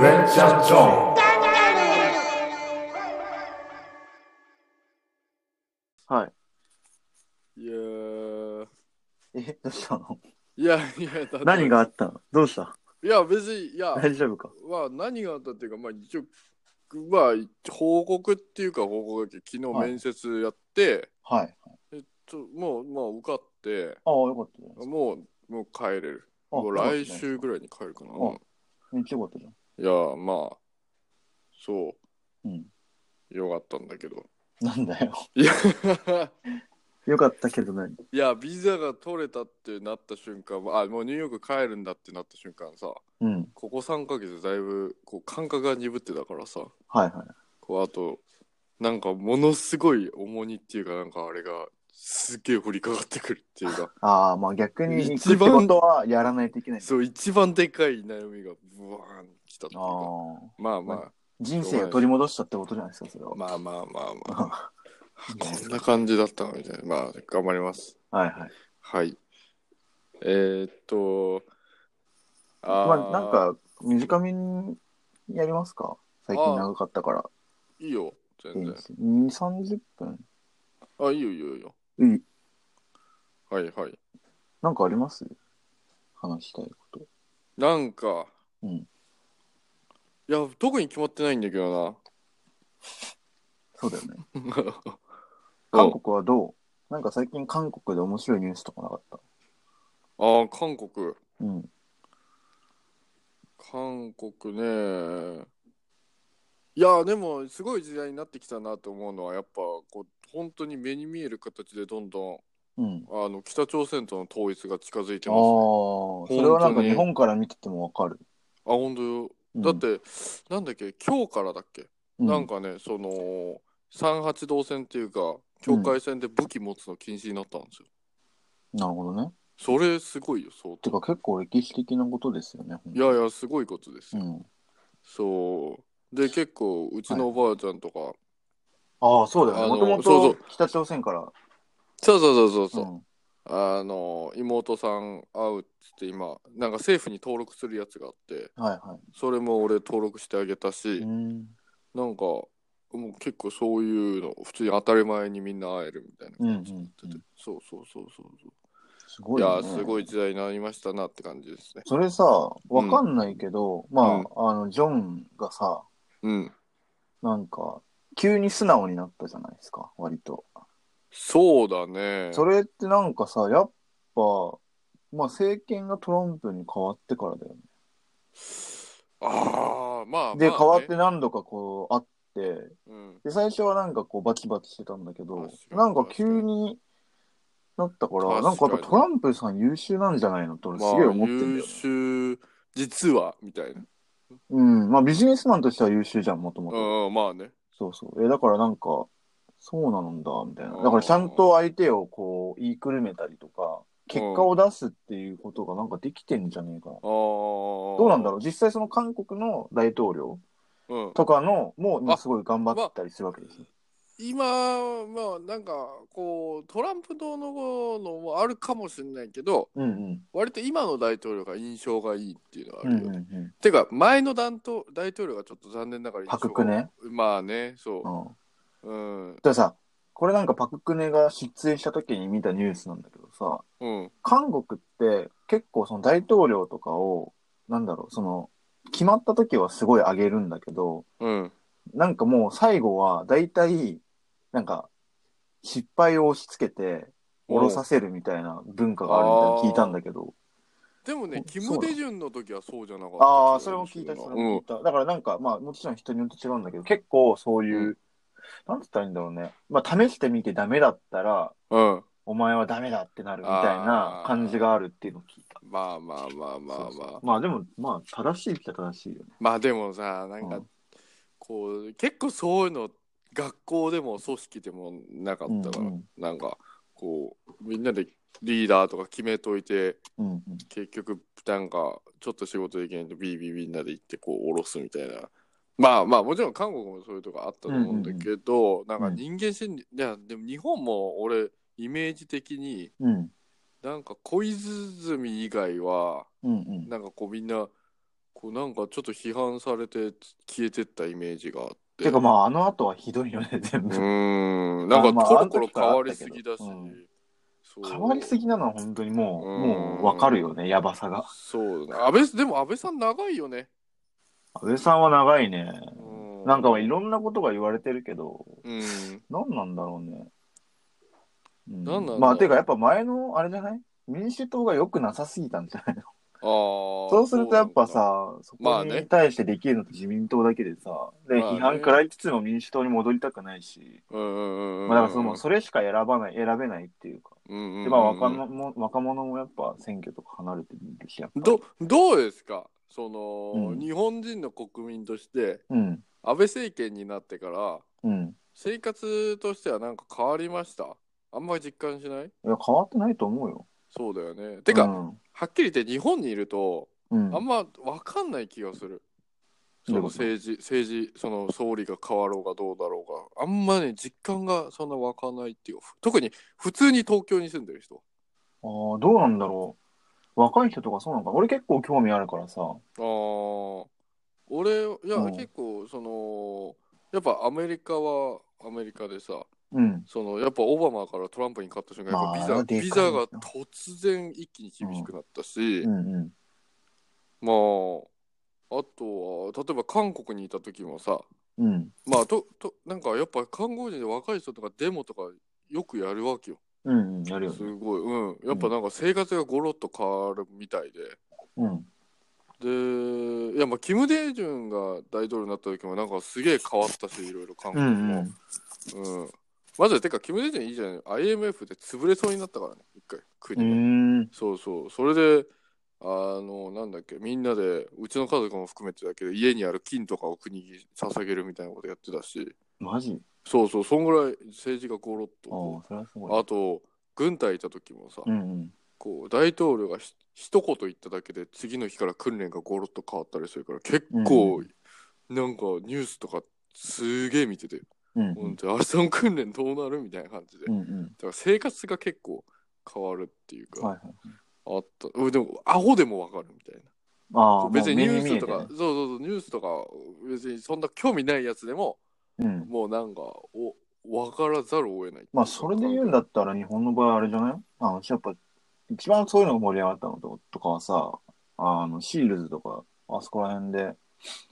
レンチャンゾーンはいやーい。え、どうしたのいやいやだって何があったのどうしたいや別にいや大丈夫かまあ何があったっていうかまあ一応まあ一報告っていうか報告だけど昨は日い面接やって、はい。えっともうまあ受かってああ、よかったじゃないですか。もうもう帰れるあもうよかったじゃ来ないです週ぐらいに帰るかな、あめっちゃよかったじゃいやーまあそん。うん。うよかったんだけどなんだよ。いや よかったけど何いやビザが取れたってなった瞬間あもうニューヨーク帰るんだってなった瞬間さうん。ここ3ヶ月だいぶこう感覚が鈍ってたからさはいはい。こうあとなんかものすごい重荷っていうかなんかあれがすっげえ降りかかってくるってい うかああ、まあ逆に行くっ一て番ことはやらないといけないんだ。そう一番でかい悩みがブワーン来たっていうあかあ。まあまあ人生を取り戻したってことじゃないですか、それは。まあまあまあまあは こんな感じだったのみたいなまあ頑張りますいはい。はいえー、っとあーまあなんか、短めにやりますか最近長かったから。いいよい全い然です2、30分。あいいよいいよいいようんはいはいなんかあります話したいこと。なんか、うんいや特に決まってないんだけどそうだよ ね。な韓国はどうなんか最近韓国で面白いニュースとかなかったああ韓国うん。韓国ねいやでもすごい時代になってきたなと思うのはやっぱこう本当に目に見える形でどんどんうん。あの北朝鮮との統一が近づいてああまー、す、ね、そ当にれはなんか日本から見ててもわかる。あ本当よだって、なんだっけ今日からだっけ、うん、なんかねその三八同線っていうか境界線で武器持つの禁止になったんですよ、なるほどね。それすごいよ相て当か結構歴史的なことですよね。いやいやすごいことですうよ、ん。そうで結構うちのおばあちゃんとか、ああ、そうだよね。あものともそうと北朝鮮から。そうそうそうそうそう、うんあの妹さん会うっつって今なんか政府に登録するやつがあってはいはそれも俺登録してあげたし、い。うん。なんかもう結構そういうの普通に当たり前にみんな会えるみたいな感じになってうて、んうんうんそうそうそうそうそすごういいよやね。すごい時代になりましたなって感じですねそれさ、わかんないけど、まあ、うんあの、ジョンがさ、うんなんか、急に素直になったじゃないですか、割と。そうだねそれってなんかさ、やっぱ、まあ、政権がトランプに変わってからだよね。ああまあで、まあね変わって何度かこう、あって、うんで、最初はなんかこう、バキバキしてたんだけ確どか、になんか急になったから、確かになんかやっぱトランプさん優秀なんじゃないのって俺すげえ思まっあてんだ優よ、ね秀実はみたいなうん、まあ、ビジネスマンとしては優秀じゃん、もともと。うんまあねそうそう。え、だからなんか、そうなんだ、みたいあな。ーだからちゃんと相手をこう、言いくるめたりとか、結果を出すっていうことがなんかできてんじゃねえかな。ああどどうなんだろろう実際その韓国の大統領う、うん、とかの、もう今あすごい頑張ったりするわけですよ。今まあなんかこうトランプ党ののもあるかもしれないけどうんうん。割と今の大統領が印象がいいっていうのはあうるんよ、うんうん。てか前の大統大統領がちょっと残念ながら印象パクがクネまあねそうん。ううんでさ、これなんかパククネが出演した時に見たニュースなんだけどさ、うん韓国って結構その大統領とかを、なんだろう、その、決まった時はすごい上げるんだけど、うんなんかもう最後は大体、なんか、失敗を押し付けて、下ろさせるみたいな文化があるみたいなの聞いたんだけど。でもねおキム・デジュンの時はそうじゃなかったああー、それも聞いた、それうも聞んいた。だからなんか、まあもちろん人によって違うんだけど、結構そういう、うなんつったらいいんだろうね。まあ試してみてダメだったら、うんお前はダメだってなるみたいな感じがあるっていうのを聞いた。まあまあまあまあまあそうそうまあでも、まあ正しいっちゃ正しいよね。まあでもさなんか、うんこう結構そういうの学校でも組織でもなかったから、うんうんなんかこうみんなでリーダーとか決めといてうんうん。結局なんかちょっと仕事できないとビービーみんなで行ってこう下ろすみたいなまあまあもちろん韓国もそういうとこあったと思うんだけど、なんか人間心理いやでも日本も俺イメージ的にうん。なんか小泉以外はうんうん。なんかこうみんなここうなんかちょっと批判されて消えてったイメージがあっててかまああの後はひどいよね全う部、ーんなんかコロコロ変わりすぎだし、まあまああの時からあったけどうんそう変わりすぎなのは本当にもう、うんもうわかるよね、やばさが。そうだね安倍でも安倍さん長いよね、安倍さんは長いね。うなんかいろんなことが言われてるけど、うん何なんだろうね。う何なんだろうまあ、てかやっぱ前の、あれじゃない民主党が良くなさすぎたんじゃないのあーそうするとやっぱさ、そまこあねに対してできるのって自民党だけでさ、で、まあね批判食らいつつも民主党に戻りたくないし、うんうんうんうんまあだからその、それしか選ばない、選べないっていうか。うんうんで、まあ若者も、若者もやっぱ選挙とか離れてるし、やっぱ。どどうですかその、うん日本人の国民としてうん、安倍政権になってからうん。生活としてはなんか変わりましたあんまり実感しないいや、変わってないと思うよ。そうだよねてか、うん、はっきり言って日本にいるとうんあんま分かんない気がするそどういうこのと政治政治その総理が変わろうがどうだろうがあんまね実感がそんな湧かないっていう特に普通に東京に住んでる人あーどうなんだろう。若い人とかそうなのか。俺結構興味あるからさ。あー俺いや、うん結構そのやっぱアメリカはアメリカでさうん。そのやっぱオバマからトランプに勝った瞬間、まあやっあれぱはでビかいザビザが突然一気に厳しくなったし、うんうん。まああとは例えば韓国にいた時もさうん。まあととなんかやっぱ韓国人で若い人とかデモとかよくやるわけようんうん。やるよすね。ごいうんやっぱなんか生活がゴロッと変わるみたいで。うん。でいやまあキム・デイジュンが大統領になった時もなんかすげえ変わったしいろいろ韓う国んうも、ん。うんまずてかキム・デイジュンいいじゃない IMF で潰れそうになったからね一回う国が、ーん。そうそうそれであのなんだっけみんなでうちの家族も含めてだけど家にある金とかを国に捧げるみたいなことやってたしマジそうそうそんぐらい政治がゴロッああと、それはすごい。あと軍隊いた時もさ、うんうん。こう大統領がひ一言言っただけで次の日から訓練がゴロッと変わったりするから結構、なんかニュースとかすげえ見てて、うんうほんん。と明日の訓練どうなるみたいな感じで、うだんうん。から生活が結構変わるっていうか、はいはい。あったうんでもアホでもわかるみたいあなあ、別にニュースともか、うそうそうそうニュースとか別にそんな興味ないやつで目に見えもてね。うん。もうなんかお分からざるを得ないまあ、それで言うんだったら日本の場合あれじゃないあの、やっぱ、一番そういうのが盛り上がったのととかはさ、あの、シールズとか、あそこら辺で、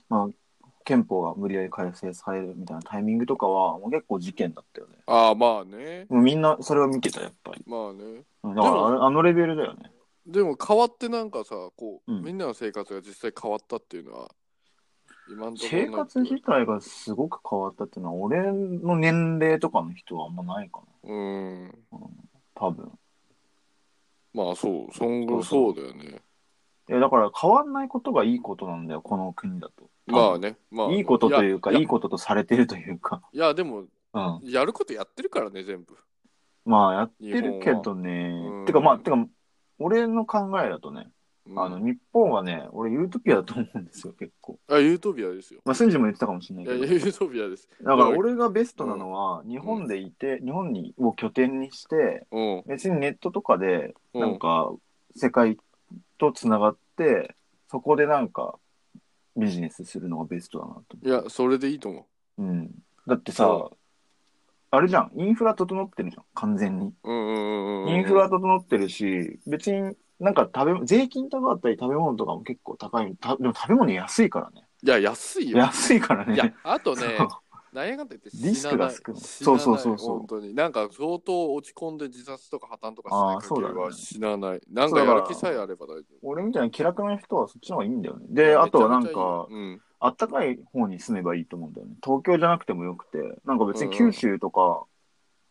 まあ、憲法が無理やり改正されるみたいなタイミングとかは、もう結構事件だったよね。ああまあねもうみんなそれを見てた、やっぱり。まあねうんだからあれ、あのレベルだよね。でも変わってなんかさこう、うんみんなの生活が実際変わったっていうのは今のところ生ない活自体がすごく変わったっていうのは、俺の年齢とかの人はあんまないかな。うん多分。まあそうそんそうぐそそううだよねいや、だから変わんないことがいいことなんだよ、この国だと。まあねまあいいことというか、やいいこととされてるというか。 いやでもうん。やることやってるからね全部まあ、やってるけどねうん。てか、まあ、てか、俺の考えだとね、うんあの、日本はね、俺、ユートピアだと思うんですよ、結構。あユートピアですよまあ、スンジも言ってたかもしれないいやけユど。ートピアですだから、俺がベストなのは、日本でいて、日本にを拠点にして、うん別にネットとかで、うんなんか、世界とつながって、そこでなんか、ビジネスするのがベストだなといやそれでいいと思思う。うん。だってさそ、あれじゃん、インフラ整ってるじゃん、完全に。ううんうんうんうんインフラ整ってるし、別になんか食べ物、税金高かったり食べ物とかも結構高い。たでも食べ物安いからね。いや安いよ安いからね。いやあとねそう何やかんだ言ってリ死スなクながい少ない死なないそうそうそうそう本当になんか相当落ち込んで自殺とか破綻とかあーしなけれそうだばね死なない、なんそうかだからやる気さえあれば大丈俺みたいに気楽な人はそっちの方がいいんだよね。夫で、あとはなんめちゃかめ、ちゃいいうんあったかい方に住めばいいと思うんだよね。東京じゃなくてもよくて、なんか別に九州とか、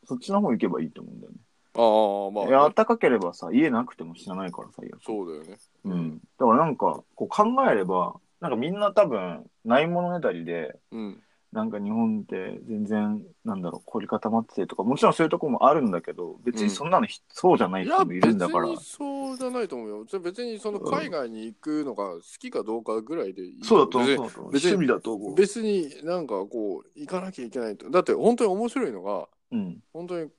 そっちの方行けばいいと思うんだよね。ああまあいや、あったかければさ、家なくても死なないからさ、いやそうだよねうん。だからなんか、こう考えれば、なんかみんな多分、ないものねだりで、うんなんか日本って全然、なんだろう、凝り固まっててとか、もちろんそういうとこもあるんだけど、別にそんなのひ、そうじゃないいや人もいる別んだからに。そうじゃないと思うよじゃあ別にその海外に行くのが好きかどうかぐらいでいいそうだと思う。別そにうだと思う別に趣味だと思う。別になんかこう行かなきゃいけないとだって本当に面白いのがうん。本当に、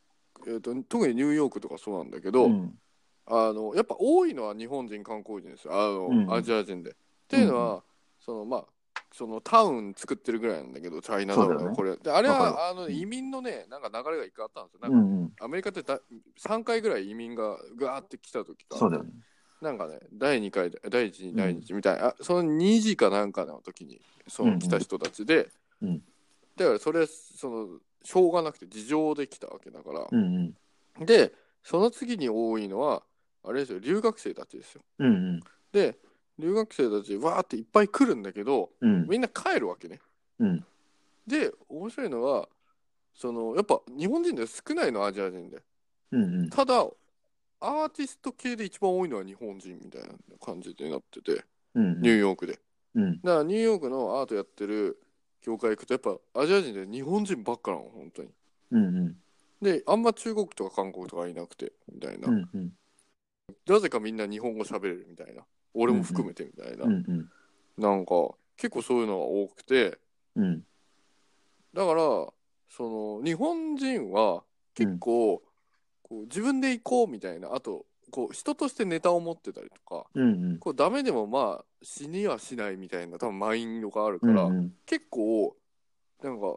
えー、と特にニューヨークとかそうなんだけど、うんあのやっぱ多いのは日本人観光人ですよあの、うんアジア人で。っていうのは、そのまあそのタウン作ってるぐらいなんだけどチャイナタウそうだよンがねこれ、であれわかはあうのん移民のねなんか流れが一回あったんですよなんうか、んうん。アメリカってだ3回ぐらい移民がガーって来た時かそうだよね。なんかね第2回第1う次ん第2次みたいな、あその2次かなんかの時にそうんうのん来た人たちで、うんだからそれそのしょうがなくて事情で来たわけだから、うんうん。でその次に多いのはあれですよ留学生たちですようんうん。で留学生たちわーっていっぱい来るんだけどうんみんな帰るわけね、うんで面白いのはそのやっぱ日本人で少ないのアジア人でうんうん。ただアーティスト系で一番多いのは日本人みたいな感じになっててうんニューヨークでうん。だからニューヨークのアートやってる業界行くとやっぱアジア人で日本人ばっかなの本当にうんうん。であんま中国とか韓国とかいなくてみたいな、うんうん。なぜかみんな日本語喋れるみたいな俺も含めてみたいな、うんうん。なんか結構そういうのが多くてうん。だからその日本人は結構、こう自分で行こうみたいなあとこう人としてネタを持ってたりとかうんうん。こうダメでもまあ死にはしないみたいな多分マインドがあるかうんら、うん。結構なんか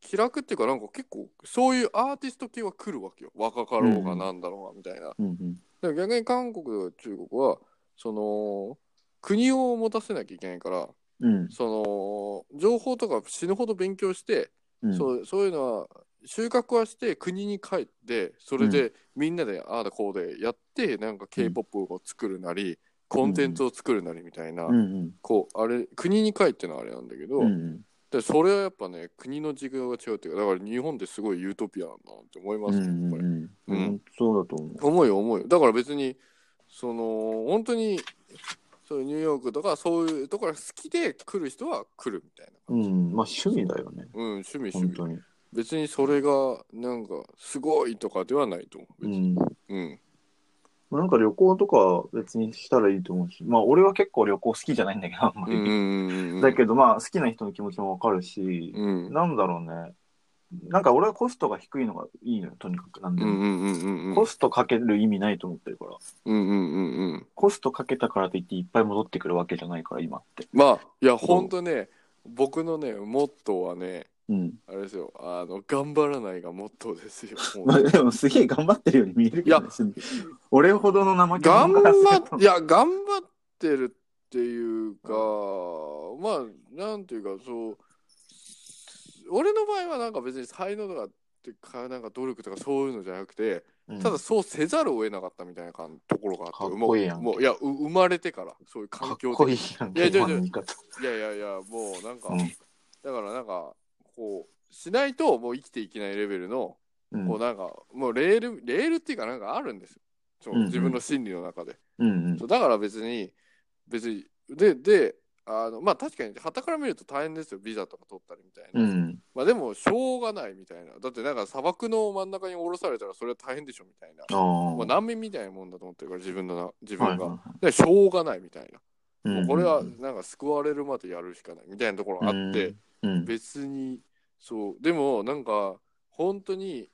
気楽っていうかなんか結構そういうアーティスト系は来るわけよ若かろうがなんだろうがみたいな、うんうん。だから逆に韓国とか中国はその国を持たせなきゃいけないからうんその情報とか死ぬほど勉強して、うん。そうそういうのは収穫はして国に帰ってそれでみんなでああだこうでやってなんか k p o p を作るなり、コンテンツを作るなりみたいな、うんうん。こうあれ国に帰ってのはあれなんだけど、うんうん。でそれはやっぱね国の事業が違うっていうかだから日本ってすごいユートピアなんだなって思いますうよんやっぱり。うんうん。そうだと思う。思い思いだから別にその本当にそういうニューヨークとかそういうところが好きで来る人は来るみたいなう感じ、ん。まあ趣味だよね。うん趣味趣本味当に。別にそれがなんかすごいとかではないと思うう別にん。うんまあなんか旅行とか別にしたらいいと思うし、まあ俺は結構旅行好きじゃないんだけど、あんまうんうり。んうんうんだけどまあ好きな人の気持ちもわかるし、うんうんなんだろうね。なんか俺はコストが低いのがいいのよ、とにかく。なんでうもんうんうんうんコストかける意味ないと思ってるから。うんうんうんうんコストかけたからといっていっぱい戻ってくるわけじゃないから、今って。まあいや本当ね僕のねモットーはねうん。あれですよあの頑張らないがモットーです よまあでもすげえ頑張ってるように見えるけどね、別に俺ほどの怠け頑者からすると張っいや頑張ってるっていうか、まあなんていうかそう俺の場合はなんか別に才能とかってかなんか努力とかそういうのじゃなくて、うんただそうせざるを得なかったみたいな感ところがあってかっこいいやんもうもういやう生まれてからそういうか環っ境こいいいやんいやいやいや今の言い方。いやいやいやもうなんか、うんだからなんかこうしないともう生きていけないレベルの、うんこうなんかもうレールレールっていうかなんかあるんですよそううんうん自分の心理の中で。うんうんそうだから別に別にでであのまあ確かに傍から見ると大変ですよビザとか取ったりみたいな、うんまあでもしょうがないみたいなだってなんか砂漠の真ん中に降ろされたらそれは大変でしょみたいな、ああもう難民みたいなもんだと思ってるから自分のな自はい分が、はでしょうがないみたいな、いはいもうこれはなんか救われるまでやるしかないみたいなところがあって、、うんうん別にそうでもなんか本当に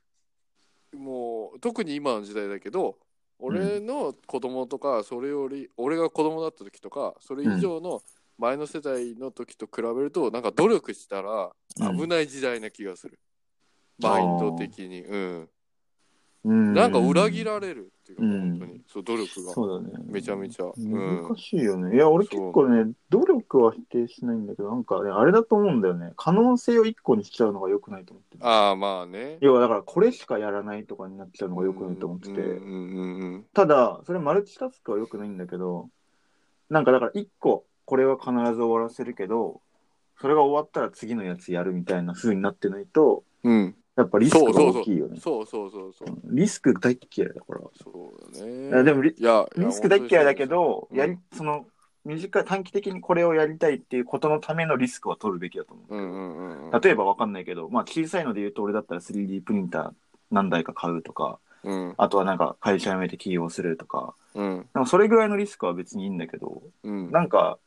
もう特に今の時代だけど俺の子供とかそれより、俺が子供だった時とかそれ以上の前の世代の時と比べると、なんか努力したら危ない時代な気がする、うんマインド的にうんうんなんか裏切られるっていうか、うん本当にそう努力がそうだね。めちゃめちゃ、うん難しいよね。いや、俺結構ね、努力は否定しないんだけど、なんかね、あれだと思うんだよね。可能性を一個にしちゃうのが良くないと思ってる。ああまあね要はだから、これしかやらないとかになっちゃうのが良くないと思ってて。うんうんうんうんただ、それマルチタスクは良くないんだけど、なんかだから一個、これは必ず終わらせるけど、それが終わったら次のやつやるみたいな風になってないと、うんやっぱリスクが大きいよね。そうそうそうそうリスク大っ嫌いだから。そうだいねやでもリいや、リスク大っ嫌いだけいや、ど、うんやり、その、短い、短期的にこれをやりたいっていうことのためのリスクは取るべきだと思う。本当にそううんうんうんうん。例えばわかんないけど、まあ小さいので言うと俺だったら 3D プリンター何台か買うとか、うん、あとはなんか会社辞めて起業するとか、うん、なんかそれぐらいのリスクは別にいいんだけど、うん、なんか、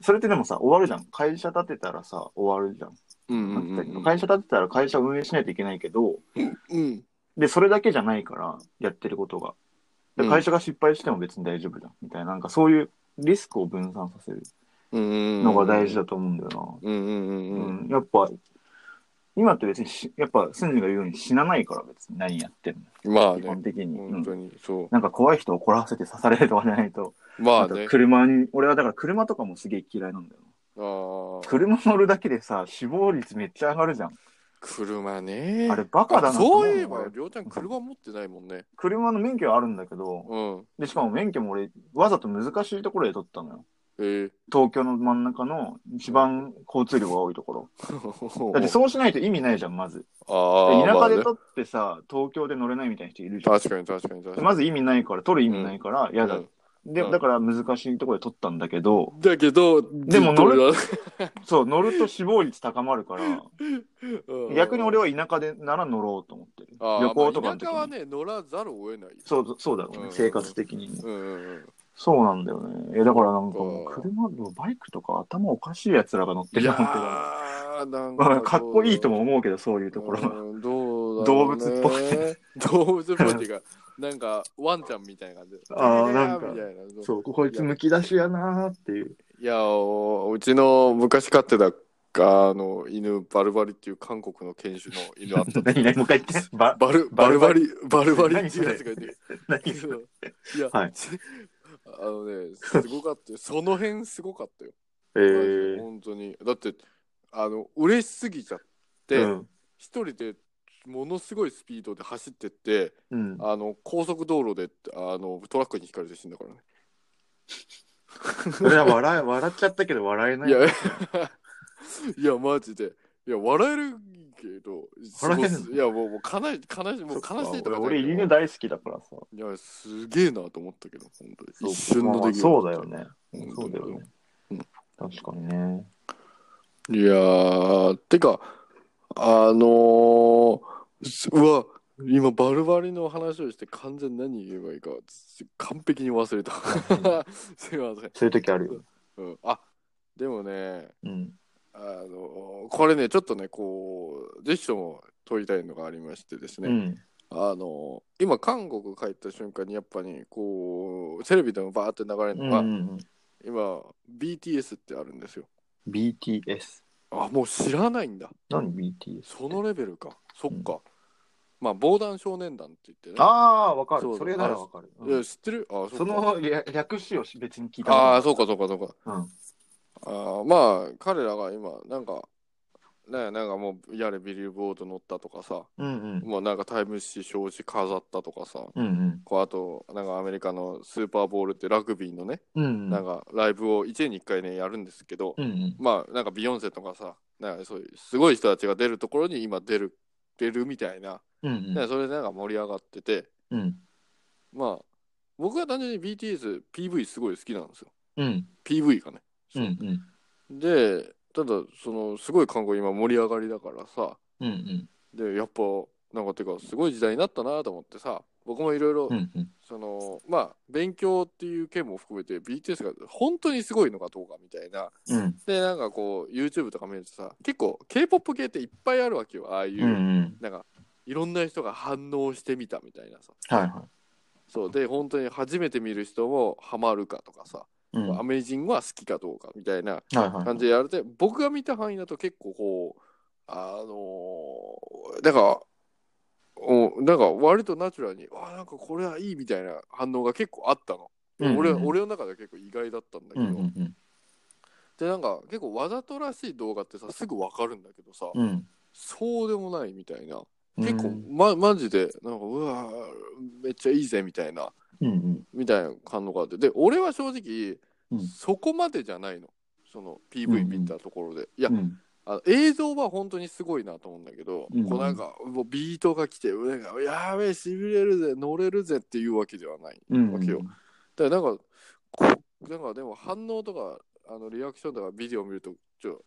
それってでもさ、終わるじゃん。会社立てたらさ、終わるじゃん。うん、うん、うん、うん、会社立てたら会社運営しないといけないけど、うん、で、それだけじゃないから、やってることが。うでん会社が失敗しても別に大丈夫だ、みたいな、なんかそういうリスクを分散させる。ののが大事だと思うんだようんうんうんな。うんうん、やっぱ、今って別にし、やっぱ、スンジが言うように死なないから別に何やっても。まあ基本ね的に。う本ん当にそうなんか怖い人怒らせて刺されるとかじゃないと、まあなんねか車に、俺はだから車とかもすげえ嫌いなんだよ。あー車乗るだけでさ、死亡率めっちゃ上がるじゃん。車ねあれバカだなと思そううよいえば俺りょうちゃん車持ってないもんね車の免許はあるんだけど、うんで、しかも免許も俺、わざと難しいところで取ったのよ。えー、東京の真ん中の一番交通量が多いところ。だってあそうしないと意味ないじゃん、まず。あでー田ま舎あねで取ってさ、東京で乗れないみたいな人いるじゃん。確かに確かに確かでにまず意味ないから、取る意味ないから、嫌だ、うんで、うんだから難しいところで取ったんだけど、だけどでも乗るそう、乗ると死亡率高まるから、逆に俺は田舎でなら乗ろうと思ってる。旅行とかの時田舎はに。ね乗らざるを得ないそう、そうだろうね、うん生活的にも。うんうんそうなんだよね。え、だからなんかもううん車、バイクとか頭おかしい奴らが乗っうてんいるなやってか。ーな んまかあ、かっこいいとも思うけど、そういうところは。うんどう動物っぽくて動物っぽいっていうかなんかワンちゃんみたいな感じで あーなんかみたいなそう、こいつむき出しやなーっていう。いやおうちの昔飼ってたあの犬バルバリっていう韓国の犬種の犬あった 何何もう一 回言って。ば、バルバルバリバルバリっていうや何つそがれいて 何いや、はいあのねすごかったよその辺すごかったよえー、本当にだってあの嬉しすぎちゃってうん一、人でものすごいスピードで走ってってうん。あの高速道路であのトラックにひかれて死んだからねそれは笑い、笑っちゃったけど笑えないい。や いやマジでいや笑えるけど笑えるすごいいやもうもう悲し悲しいもう悲しいとかじゃないけど俺、犬大好きだからさ。いやすげえなと思ったけど本当そうに一瞬のま出来事あそうだよね。うんそうだよねうん。確かにね。いやー、てか、あのーすうわ、今、バルバリの話をして完全に何言えばいいか、す完璧に忘れた。 すいません。そういう時あるよ。うん、あ、でもね、うん。あのーこれね、ちょっとね、こう、ぜひとも問いたいのがありましてですうね、ん。あのー今、韓国帰った瞬間に、やっぱり、こう、テレビでもバーって流れるうのんが、うんうん。今、BTS ってあるんですよ。 BTS。あ、もう知らないんだ。何 BTS? そのレベルか。そっか。まあ、防弾少年団って言ってね。ああー、わかそうる。それならわかる。いや、知ってるあ、そそうか。の略略詞を別に聞いたことあないあ、そうか、そうか、そうか。うんあーまあ、彼らが今、なんか、ね、なんかもう、やれビリーボード乗ったとかさ、うんうん。もうなんかタイム誌表紙飾ったとかさ、うんこうあと、なんかアメリカのスーパーボールってラグビーのね、うん。うんなんかライブを1年に1回ね、やるんですけど、うんうん。まあ、なんかビヨンセとかさ、なんかそういう、すごい人たちが出るところに今出る、出るみたいな、うんねそれでなんか盛り上がってて、うん。うんまあ、僕は単純に BTS、PV すごい好きなんですよ。うん。 PV がね。うんうん。で、ただ、その、すごい韓国今盛り上がりだからさ、うんうん。で、やっぱ、なんかてか、すごい時代になったなと思ってさ、僕もいろいろう、んうん。その、まあ、勉強っていう件も含めて、BTS が本当にすごいのかどうかみたいな。うんで、なんかこう、YouTube とか見るとさ、結構、K-POP 系っていっぱいあるわけよ。ああいう、うんうん。なんか、いろんな人が反応してみたみたいなさ。はいはそう、で、本当に初めて見る人もハマるかとかさ、い。うんアメージングは好きかどうかみたいなはいはい。感じでやるて、僕が見た範囲だと結構こうあのーだからおなんか割とナチュラルに「あなんかこれはいい」みたいな反応が結構あったの、うんうん俺俺の中では結構意外だったんだけうんど、うんうん。でなんか結構わざとらしい動画ってさすぐ分かるんだけどさ、うん。そうでもないみたいなうん結構、ま、マジでなんかうわーめっちゃいいぜみたいなうんうん。みたいな感動があってで俺は正直、うんそこまでじゃないのその PV 見たところで、いや、うんあの映像は本当にすごいなと思うんだけど、うんこうなんかもうビートが来てなんかやべえしびれるぜ乗れるぜっていうわけではないうん。わけよだからなんかこなんかでも反応とかあのリアクションとかビデオ見るとちょ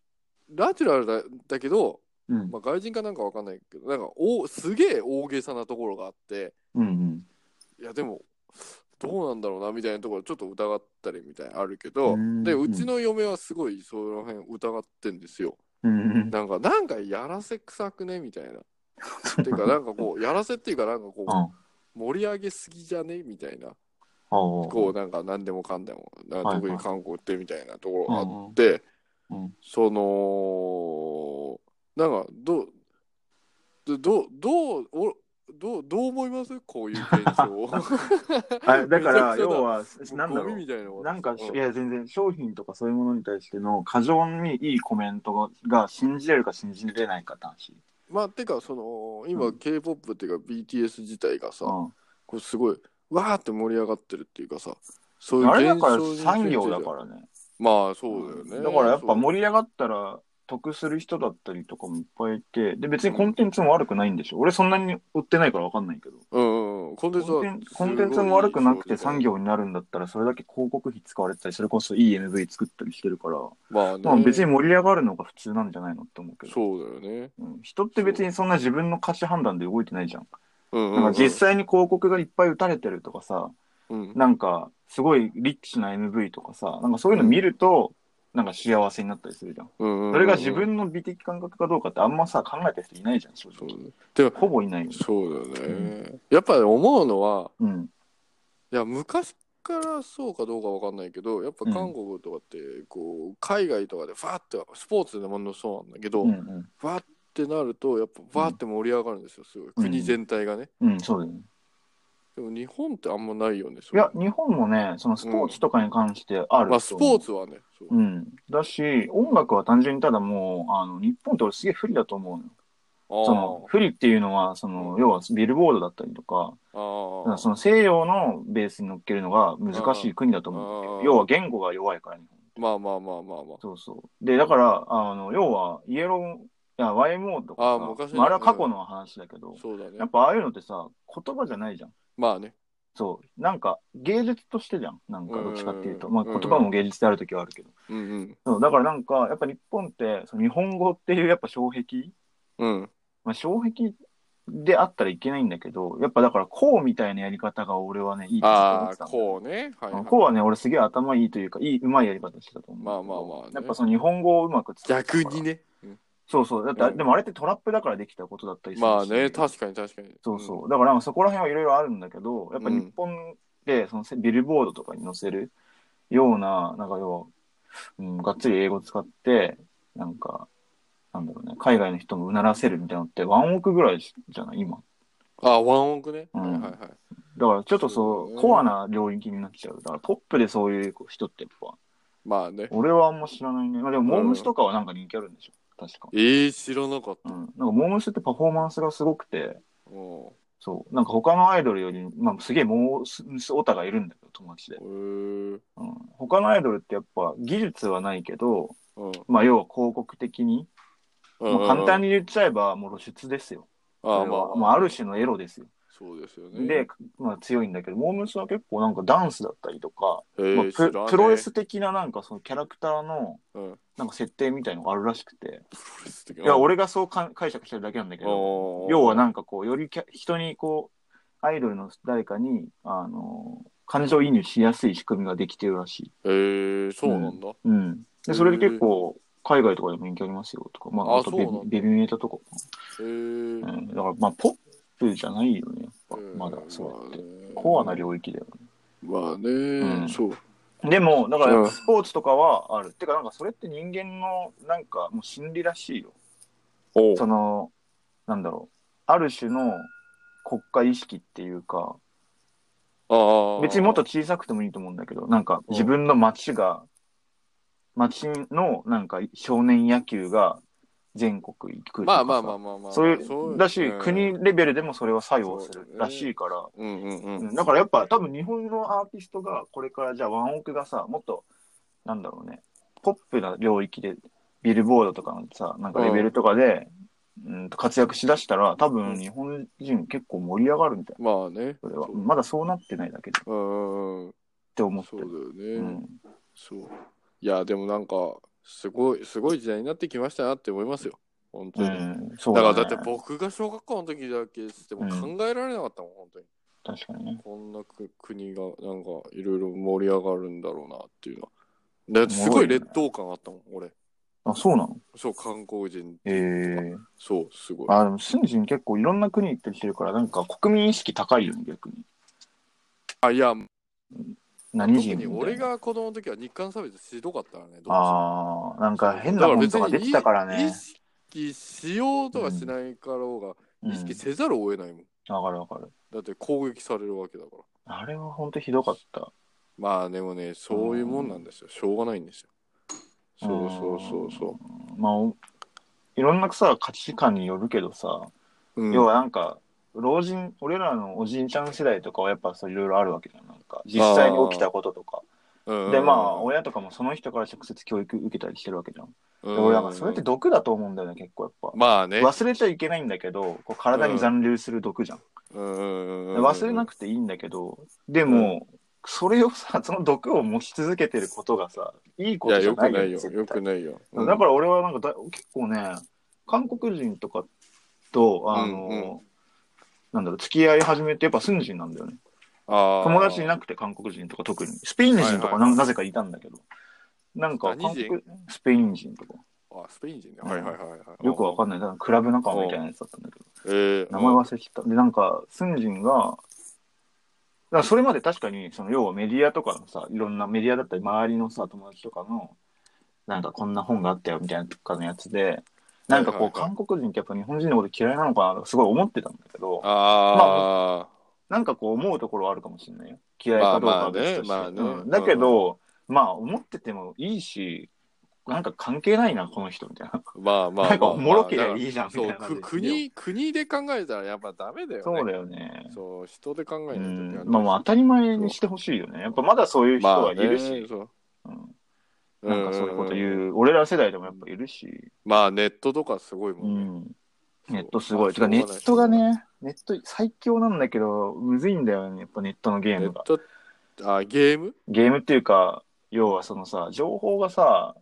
ナチュラルだだけど、うん。まあ、外人かなんかわかんないけどなんかおすげえ大げさなところがあって、うんうん。いやでもどうなんだろうなみたいなところちょっと疑ったりみたいなのあるけどうんでうちの嫁はすごいその辺疑ってんですようんうん。なんかなんかやらせ臭くね みたいなてかなんかこうやらせっていうかなんかうんこう盛り上げすぎじゃねみたいなああこうなんか何でもかんでもだから特に韓国ってみたいなところがあうんうんって、うんそのなんかどうどどどうおどうどう思いますこういう現象あだから めちゃくちゃだ要は なんだゴろミうみたいなもなんかしういや全然商品とかそういうものに対しての過剰にいいコメントが信じれるか信じれないかって話まあてかその今、うん k p o p っていうか BTS 自体がさ、うんこうすごいわーって盛り上がってるっていうかさそうあれいうだ現から象について産業だからねまあそうだよね、だからやっぱそう盛り上がったら得する人だったりとかもいっぱいいてで別にコンテンツも悪くないんでしょ俺そんなに売ってないから分かんないけどうんうんコンテンツコンはテンコンテンツも悪くなくて産業になるんだったらそれだけ広告費使われてたりそれこそいい MV 作ったりしてるから、まあ、ね、まあ、別に盛り上がるのが普通なんじゃないのって思うけどそうだよねうん人って別にそんな自分の価値判断で動いてないじゃん。うんうんなんか実際に広告がいっぱい打たれてるとかさ、うんなんかすごいリッチな MV とかさ、なんかそういうの見ると、なんか幸せになったりするじゃん。そそれが自分の美的感覚かどうかってあんまさ、考えた人いないじゃん、正そうだ直。ねほぼいないよね。そうだよね、やっぱり思うのはうん。いや昔からそうかどうかわかんないけどやっぱ韓国とかってこう海外とかでファーってスポーツでものそうなんだけど、うんファーってなるとやっぱファーって盛り上がるんですよすごい国全体がね、うん。うん、そうだよね。でも日本ってあんまないよねそいれや、日本もね、そのスポーツとかに関してあると思う、まあスポーツはねそううん。だし、音楽は単純にただもう、あの、日本って俺すげえ不利だと思うのよ。その不利っていうのはその、うん要はビルボードだったりとかあーだからあーその西洋のベースに乗っけるのが難しい国だと思うあー要は言語が弱いから日本まあまあまあまあまあそうそうでだからあの要はイエローいや YMO とあーかさ昔あ,、のまあ、あれは過去の話だけど、そうだねやっぱああいうのってさ言葉じゃないじゃんまあねそうなんか芸術としてじゃんなんかどっちかっていうと、うんまあ、言葉も芸術である時はあるけど、うんそうだからなんかやっぱ日本ってその日本語っていうやっぱ障壁うんうんまあ、障壁であったらいけないんだけど、やっぱだから、こうみたいなやり方が俺はね、いいと思あってあたの。こうねはい、はい、こうはね、俺すげえ頭いいというか、いい、うまいやり方してたと思う。まあまあまあねやっぱその日本語をうまく使ってたから逆に。ねそうそう。だって、うんでもあれってトラップだからできたことだったりするしまあね、確かに確かに。そうそう。だからなんかそこら辺はいろいろあるんだけど、やっぱうん日本で、そのせビルボードとかに載せるような、なんか要は、うん、がっつり英語使って、なんか、なんだろうね、海外の人もうならせるみたいなのって、ワンオクぐらいじゃない今。うん。あ、ワンオクね。うんはいはいはい。だからちょっとそう、そうコアな領域になっちゃう。だからポップでそういう人ってやっぱ、まあね。俺はあんま知らないね。まあでも、モームスとかはなんか人気あるんでしょ確か。ええ知らなかっうん。なんかモームスってパフォーマンスがすごくて、た。うんそう。なんか他のアイドルより、まあすげえモームスオタがいるんだけど、友達で。へえ。うん。他のアイドルってやっぱ技術はないけど、うん。まあ要は広告的に、もう簡単に。に言っちゃえばもう露出ですよ。あそれはまあ、まあある種のエロですよ。そうですよね。で、まあ強いんだけど、モームスは結構なんかダンスだったりとか、へえまあ、知らプねえプロレス的ななんかそのキャラクターのうん。なんか設定みたいのがあるらしくて、プロレス的な。いや俺がそうかん解釈してるだけなんだけどおー要はなんかこうよりキャ人にこうアイドルの誰かに、あの感情移入しやすい仕組みができてるらしい、へえ、そうなんだ。うん、でそれで結構海外とかでも人気ありますよとか、まあ、ああとベそうなんだビベビメータとかかへえ。な、うん、だからまあポップじゃないよねやっぱうんまだそうやって、ねコアな領域だよねまあね、んそう。でも、だからうんスポーツとかはある。てか、なんかそれって人間の、なんかもう心理らしいよ。おうその、なんだろう。ある種の国家意識っていうか、ああ。別にもっと小さくてもいいと思うんだけど、なんかうん自分の町が、町のなんか少年野球が全国行くとかまさあまあまあまあまあ。そういう、だし、うん国レベルでもそれは作用すそうるだねらしいから、うんうんうん。うんだからやっぱ多分日本のアーティストがこれからじゃあワンオクがさもっとなんだろうねポップな領域でビルボードとかのさなんかレベルとかで、うん、と活躍しだしたら多分日本人結構盛り上がるみたいなまあね。それはそうまだそうなってないだけでっうんうんてう思ん。っそてうだるよね。うんそう。いや、でもなんか、すごい、すごい時代になってきましたなって思いますよ。本当うに。んだそうからだだねって僕が小学校の時だけしてもうん考えられなかったもん、本当に。確かにねこんなく国がなんかいろいろ盛り上がるんだろうなっていうのは。ですごい劣等感あったもん、俺。あそうなのそう、韓国人。ええそう、すごい。あでもスンジン結構いろんな国行ってきてるからなんか国民意識高いよね逆にあ、いや、何特人に俺が子供の時は日韓差別ひどかったからね、どっちもああ、なんか変な本とか出てたから意ね。識しようとかしないかろううんが、意識せざるを得ないもん。わかるわかる。だって攻撃されるわけだから。あれは本当ひどかった。まあでもね、そういうもんなんですよ。しょうがないんですよ。そうそうそうそまあ、おいろんなさ、価値観によるけどさ、う。うん要はなんか、老人、俺らのおじいちゃん世代とかはやっぱそういろいろあるわけじゃん。なんか、実際に起きたこととか。うんで、まあ、親とかもその人から直接教育受けたりしてるわけじゃん。うでん俺なんか、それって毒だと思うんだよね、結構やっぱ。まあね。忘れちゃいけないんだけど、こう体に残留する毒じゃん。で忘忘れなくていいんだけど、でも、それをさ、その毒を持ち続けてることがさ、いいこいや、とじゃよなくいないよ。絶対よくないよ。だから俺はなんかだ結構ね、韓国人とかと、あの、うんうなんだろう、付き合い始めてやっぱスンジンなんだよね。友友達いなくて韓国人とか特に。スペイン人とかはいはないなぜかいたんだけど。なんか韓何人国、スペイン人とか。あ、スペイン人ね。はいはいはいはい。よくわかんんない。なんかクラブ仲間みたいなやつだったんだけど。ない。えー名前忘れちゃった。で、なんか、スンジンが、だからそれまで確かに、その、要はメディアとかのさ、いろんなメディアだったり、周りのさ、友達とかの、なんかこんな本があったよみたいなとかのやつで、なんかこう、はいはいは韓国人ってやっぱ日本人のこと嫌いなのかなとかすごい思ってたんだけど、あなんかこう思うところはあるかもしれないよ。嫌いかどうかは別として。まあまあねまあねうんだけど、まあ思っててもいいし、なんか関係ないな、この人みたいな。あ、まあまあまあ。なんかおもろけりだかゃらいいじゃんみたいそうな感じくで。国、国で考えたらやっぱダメだよね。そうだよね。そう、人で考うえないといけないん、まあまあ当たり前にしてほしいよね。やっぱまだそういう人はいるし、まあねそううん、なんかそういうことうん。言う、俺ら世代でもやっぱいるし、まあネットとかすごいうもんね。ん、そうネットすごまい。あてかネットがしょうね、ネット最強なんだけど、むずいんだよね、やっぱネットのゲーがないネムッが。ト、あ、ゲームゲームっていうか、要はそのさ、情報がさ、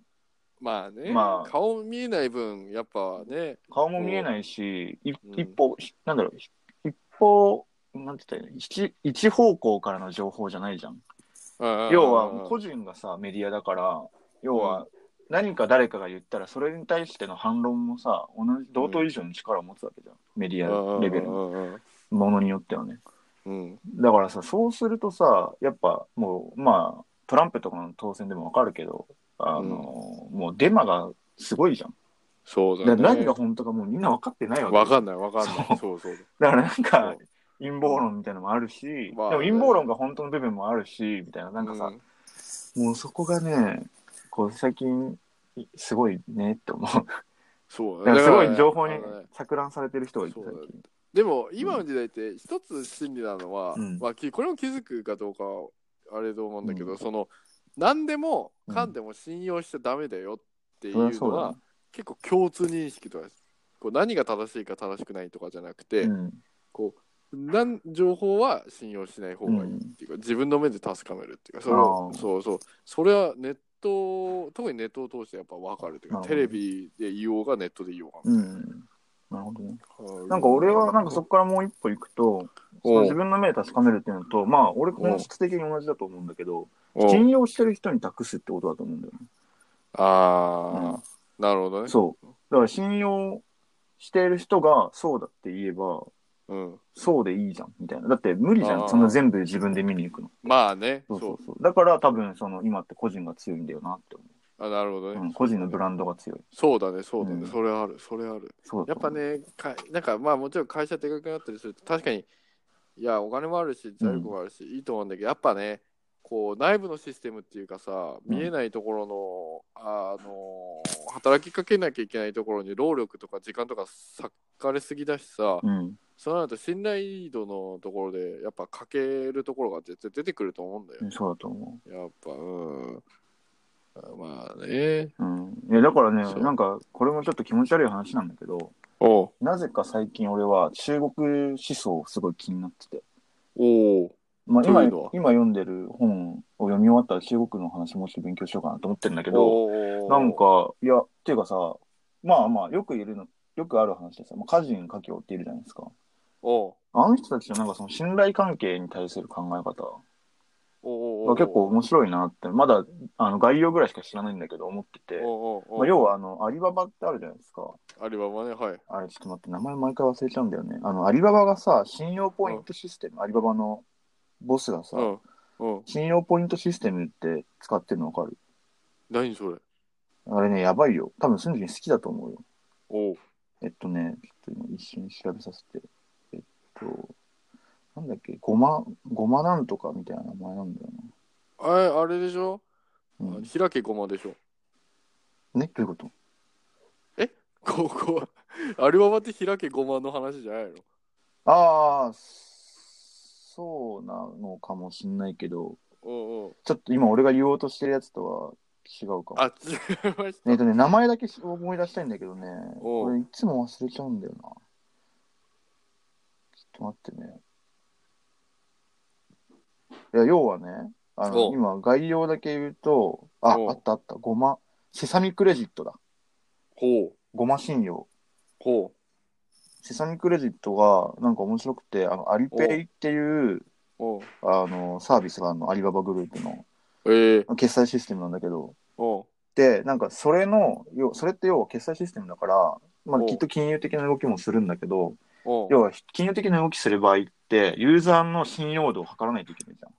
まあねま。あ顔見えない分、やっぱね。顔も見えないし、いうん一方、ひなんだろう、ひ一方、なんて言ったらいいの一一方向からの情報じゃないじゃん。要要は個人がさメディアだから要は何か誰かが言ったらそれに対しての反論もさ同じ同等以上に力を持つわけじゃんメディアレベルのの。ものによってはねうん。だからさそうするとさやっぱもうまあトランプとかの当選でもわかるけどあの、もうデマがすごいじゃんそうだかだらね。何が本当かもうみんな分かってないわけわかんないわかんない。そうそう。だからなんかそ陰謀論みたいなのもあるし、まあでも陰謀論が本当の部分もあるしみたいななんかさ、うもうそこがね、こう最近、いすごいねって思う。そうなんかすごい情報にだからね錯乱されてる人がいて、そう最だね近。でも今の時代って一つ真理なのは、うんまあ、きこれも気づくかどうかはあれと思うんだけど、うんその何でもかんでも信用しちゃダメだよっていうそりゃそのうだは、ね結構共通認識とかですこう何が正しいか正しくないとかじゃなくて、うん。こうなん情報は信用しない方がいいっていうか、自分の目で確かめるっていうかそれあをーそうそうそれはネット特にネットを通してやっぱ分かるっていうかなるほテどレビで言おうがネットで言おうがうん。なるほどね。うなんか俺は、なんかそこからもう一歩行くと、その自分の目で確かめるっていうのと、まあ俺本質的に同じだと思うんだけど、うん信用してる人に託すってことだと思うんだよね。ああ、なるほどね。そう。だから信用してる人がそうだって言えば、うん、そうでいいじゃん、みたいな。だって無理じゃあーん、そんな全部自分で見に行くの。まあね、そそううそうそう。だから多分その今って個人が強いんだよなって思う。あなるほどね、うん、個人のブランドが強い。そうだね、そうだね、うんそれある、それある。そうだやっとぱ思う。ね、かなんかまあもちろん会社でかくなったりすると、確かに、いや、お金もあるし、財力もあるし、いいと思うんだけど、やっぱね、こう内部のシステムっていうかさ、うん見えないところの、あのー働きかけなきゃいけないところに労力とか時間とか割かれすぎだしさ、うん。そうなると信頼度のところで、やっぱ欠けるところが絶対出てくると思うんだよねうんそうだと思やっぱ、うん。まあね。う。うん。いや、だからねそ、うなんか、これもちょっと気持ち悪い話なんだけど、おうなぜか最近俺は中国思想すごい気になってて。おうまあ、今、というのは今読んでる本を読み終わったら中国の話もうちょっと勉強しようかなと思ってるんだけど、おうなん、か、いや、っていうかさ、まあまあ、よくいるの、よくある話でさ、まあ、家人家業っているじゃないですか。おうあの人たちのなんかその信頼関係に対する考え方、おうおまうあ、結構、面白いなって、まだあの概要ぐらいしか知らないんだけど思ってて、おうおうおうまあ、要はあのアリババってあるじゃないですか。アリババね、はい。あれちょっと待って、名前毎回忘れちゃうんだよね。あのアリババがさ、信用ポイントシステム、アリババのボスがさ、うんうん。信用ポイントシステムって使ってるのわかる何それ。あれね、やばいよ。多分、すんじ好きだと思うよ。おう。えっとね、ちょっと今一瞬調べさせて。えっと、なんだっけ、ごま、ごまなんとかみたいな名前なんだよあれ、あれでしょ、な。うん、開けごまでしょ ね、どういうことここ、アルババって開けごまの話じゃないのああ、そうなのかもしんないけど、おうおう。ちょっと今俺が言おうとしてるやつとは違うかも。あ、違いました。えっ とね、名前だけ思い出したいんだけどね、おうこれいつも忘れちゃうんだよな。ちょっと待ってね。いや、要はね、あおの、う今概要だけ言うと、あ、おうあったあった、ごま、セサミクレジットだ。ほう。ごま信用。ほセサミクレジットがなんか面白くて、あの、アリペイっていう、う。おう。あの、サービスがあるの、アリババグループのええ決済システムなんだけど、おう。で、なんかそれの、要それって要は決済システムだから、まあおうきっと金融的な動きもするんだけど、おう。要は金融的な動きする場合って、ユーザーの信用度を測らないといけないじゃん。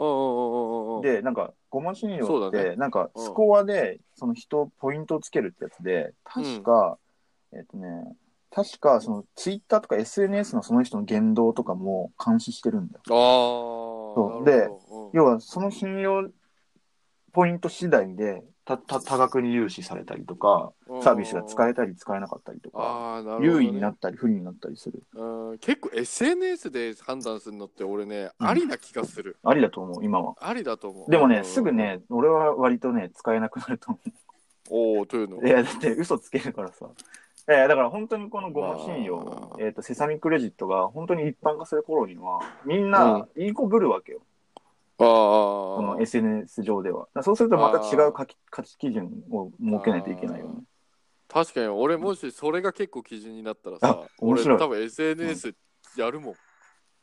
おうおうおうおうおう。で、なんか、ごま信そ用っうだて、なんかうんスコアでその人をポイントをつけるってやつで、確か、えっとね、確かそのツイッターとか SNS のその人の言動とかも監視してるんだよ。ああ。そうでうん、要はその信用ポイント次第で、た、た、多額に融資されたりとか、サービスが使えたり使えなかったりとか、ああ、なるほど、ね。優位になったり不利になったりする。うん結構 SNS で判断するのって俺ね、うんありな気がする。ありだと思う、今は。ありだと思う。でもうね、んすぐ。ね、俺は割とね、使えなくなると思おお、というのう。いや、だって嘘つけるからさ。いやだから本当にこのごま信ま用あ、えっ、と、セサミクレジットが本当に一般化する頃には、みんな、いい子ぶるわけよ。こあのあ。 SNS 上では。だからそうするとまた違う価値価値基準を設けないといけないよね。確かに俺もしそれが結構基準になったらさあ、面白い俺多分 SNS やるもん。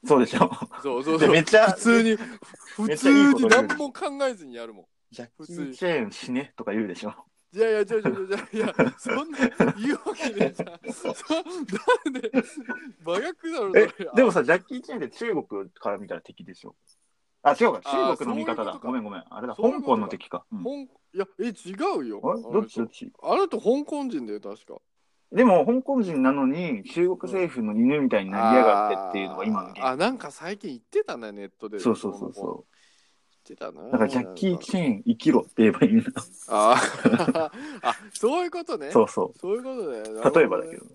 そうでしょ。そうそうでそう。めっちゃ普通に、め普っちゃいい通ことに言う何も考えずにやるもん。ジャッキー・チェーン死ねとか言うでしょ。いやいや、違う違う違う、いや、そんな言うわけねえじゃん。そなんで、真逆だろ、えそれ、でもさ、ジャッキー・チェーンって中国から見たら敵でしょ。あ、違うか、あー中国の味方そういうこだ。とかごめんごめん。あれだ、そうい香うことか港の敵か。うんほんいや、え、違うよ。あれどっちどっちあなた香港人だよ、確か。でも、香港人なのに、中国政府の犬みたいになりやがってっていうのが今の現あーあ、なんか最近言ってたね、ネットで。そうそうそう言っそてたな。う。だから、ジャッキー・チェーン生きろって言えばいいんだ。あー あ、そういうことね。そうそそういうことだよ。なう。るほね例えばだけ。ど。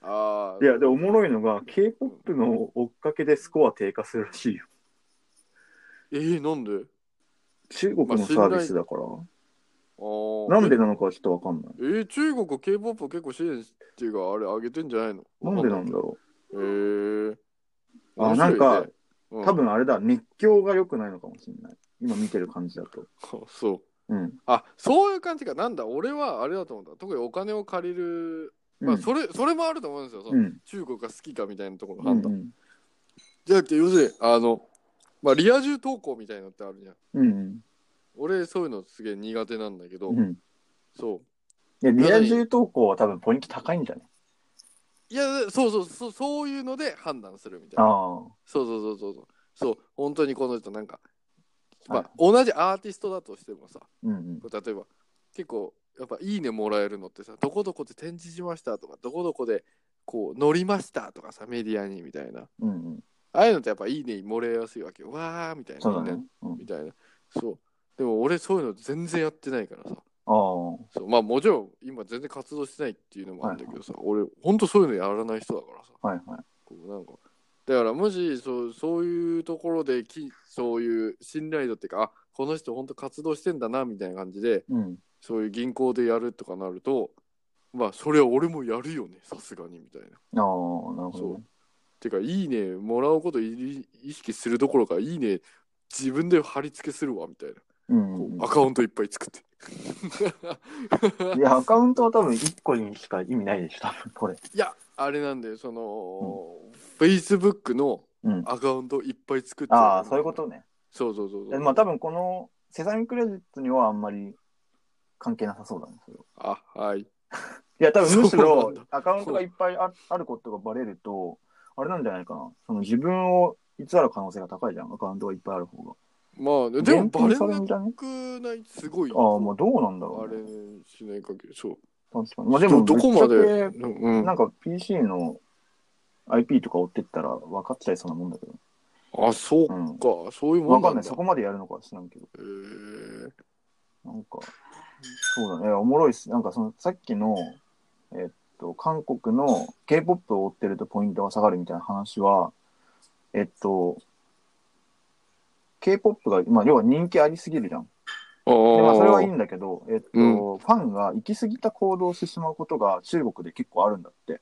あいあ。や、で、おもろいのが、K-POP の追っかけでスコア低下するらしいよ。えー、なんで中国のサービスだから。あーなんでなのかはちょっとわかんない。えー、中国 K-POP 結構支援っていうか、あれ上げてんじゃないのなんでなんだろえー、う。あ、なんか、面白いね、多分あれだ、熱狂が良くないのかもしれない。今見てる感じだと。うん そう。うん。あ、そういう感じか。なんだ、俺はあれだと思った。特にお金を借りる、まあ、それ、それもあると思うんですよ。そのうん。中国が好きかみたいなところのう判ん。断。じゃなくて、要するに、あの、まあ、リア充投稿みたいなのってあるじゃん。うん。俺、そういうのすげえ苦手なんだけど、うん。そいう。や、リア充投稿は多分ポイント高いんじゃないいや、そうそう、そうそういうので判断するみたいな。ああ。そうそうそうそうそう。そう、本当にこの人なんか、まはあ、同じアーティストだとしてもさ、うんうん。例えば結構やっぱ「いいね」もらえるのってさ「どこどこで展示しました」とか「どこどこでこう乗りました」とかさメディアにみたいなうんうん。ああいうのってやっぱ「いいね」もらえやすいわけよわーみたいなそうだみんねな。うん、みたいなそうでも俺そういうの全然やってないからさああ。そうまあもちろん今全然活動してないっていうのもあるんだけどさ、俺ほんとそういうのやらない人だからさはいはい。こうなんかだからもしそうそういうところできそういう信頼度っていうかあこの人ほんと活動してんだなみたいな感じでうん。そういう銀行でやるとかなると、まあ、それは俺もやるよね、さすがに、みたいな。ああ、なるほどね、てか、いいね、もらうことい意識するどころか、いいね、自分で貼り付けするわ、みたいな。うんこうんうアカウントいっぱい作って。うん。い や、アカウントは多分1個にしか意味ないでしょ、多分これ。いや、あれなんで、その、Facebook のうん。アカウントいっぱい作って。ああ、そういうことね。そうそうそうそう。えまあ多分このセサミクレジットにはあんまり関係なさそうだね、それはあ、はい。いや、多分むしそうなろんだアカウントがいっぱいああることがバレると、あれなんじゃないかな。その自分を偽る可能性が高いじゃん、アカウントがいっぱいある方が。まあね、ででももババレレなないんじゃねくないすごいああ、まあどうなんだろバうレね。しない限りそう確かに。まあでも、どどこまでぶっちゃけうんなんか PC の IP とか追ってったら分かっちゃいそうなもんだけど。あそうか、うん。そういう分もんなかんんだない。そこまでやるのかは知らんけど。へーなんか、そうだね。おもろいっす。なんかその、さっきの、えっと、韓国の K-POP を追ってるとポイントが下がるみたいな話は、えっと、K-POP が、まあ、要は人気ありすぎるじゃん。あーでまあ、それはいいんだけど、えっと、ファンが行き過ぎた行動をしてしまうことが中国で結構あるんだって。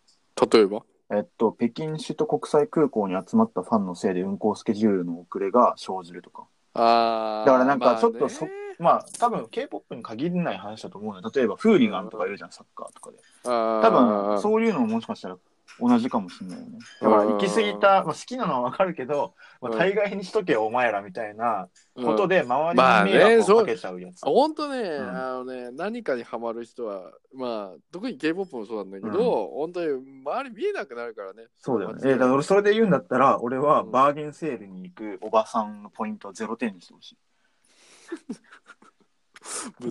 例えばえっと、北京首都国際空港に集まったファンのせいで運行スケジュールの遅れが生じるとか。あーだからなんかちょっとまあねそまあ、多分 K-POP に限らない話だと思うの例えば、フーリガンとかいるじゃん、サッカーとかで。あ多ー分、そういうのももしかしたら同じかもしれないよね。だから、行き過ぎた、まあ、好きなのはわかるけど、まあ、大概にしとけよ、お前らみたいなことで、周りに迷惑をかけちゃうやつ。本当ね、んあのね、何かにハマる人は、まあ、特に K-POP もそうなんだけど、本当に周り見えなくなるからね。そうだよね。間違えーだいないから俺それで言うんだったら、俺はうんバーゲンセールに行くおばさんのポイントを0点にしてほしい。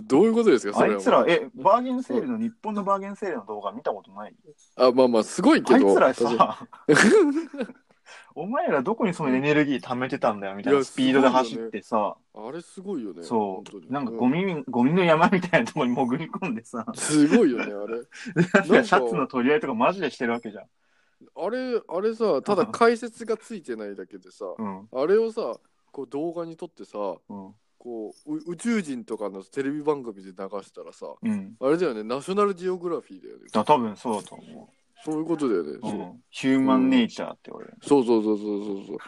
どういうことですか、そあれは。いつら、え、バーゲンセールの日本のバーゲンセールの動画見たことないあ、まあまあ、すごいけあいど。つら私さ、 お前らどこにそのエネルギー貯めてたんだよみたいいやなスピードで走ってさ、あれすごいよね。そ本当にう、なんかゴミ、ゴミの山みたいなとこに潜り込んでさうん、すごいよね、あれ。なんかシャツの取り合いとかマジでしてるわけじゃん。あれ、あれさ、ただ解説がついてないだけでさ、うん。あれをさ、こう動画に撮ってさ、うん。こうう宇宙人とかのテレビ番組で流したらさ、うん。あれだよね、ナショナルジオグラフィーだよね。だ多分そうだと思そういうことだよね。う、うん。ヒューマンネイチャーって俺。そうそうそうそうそうそう。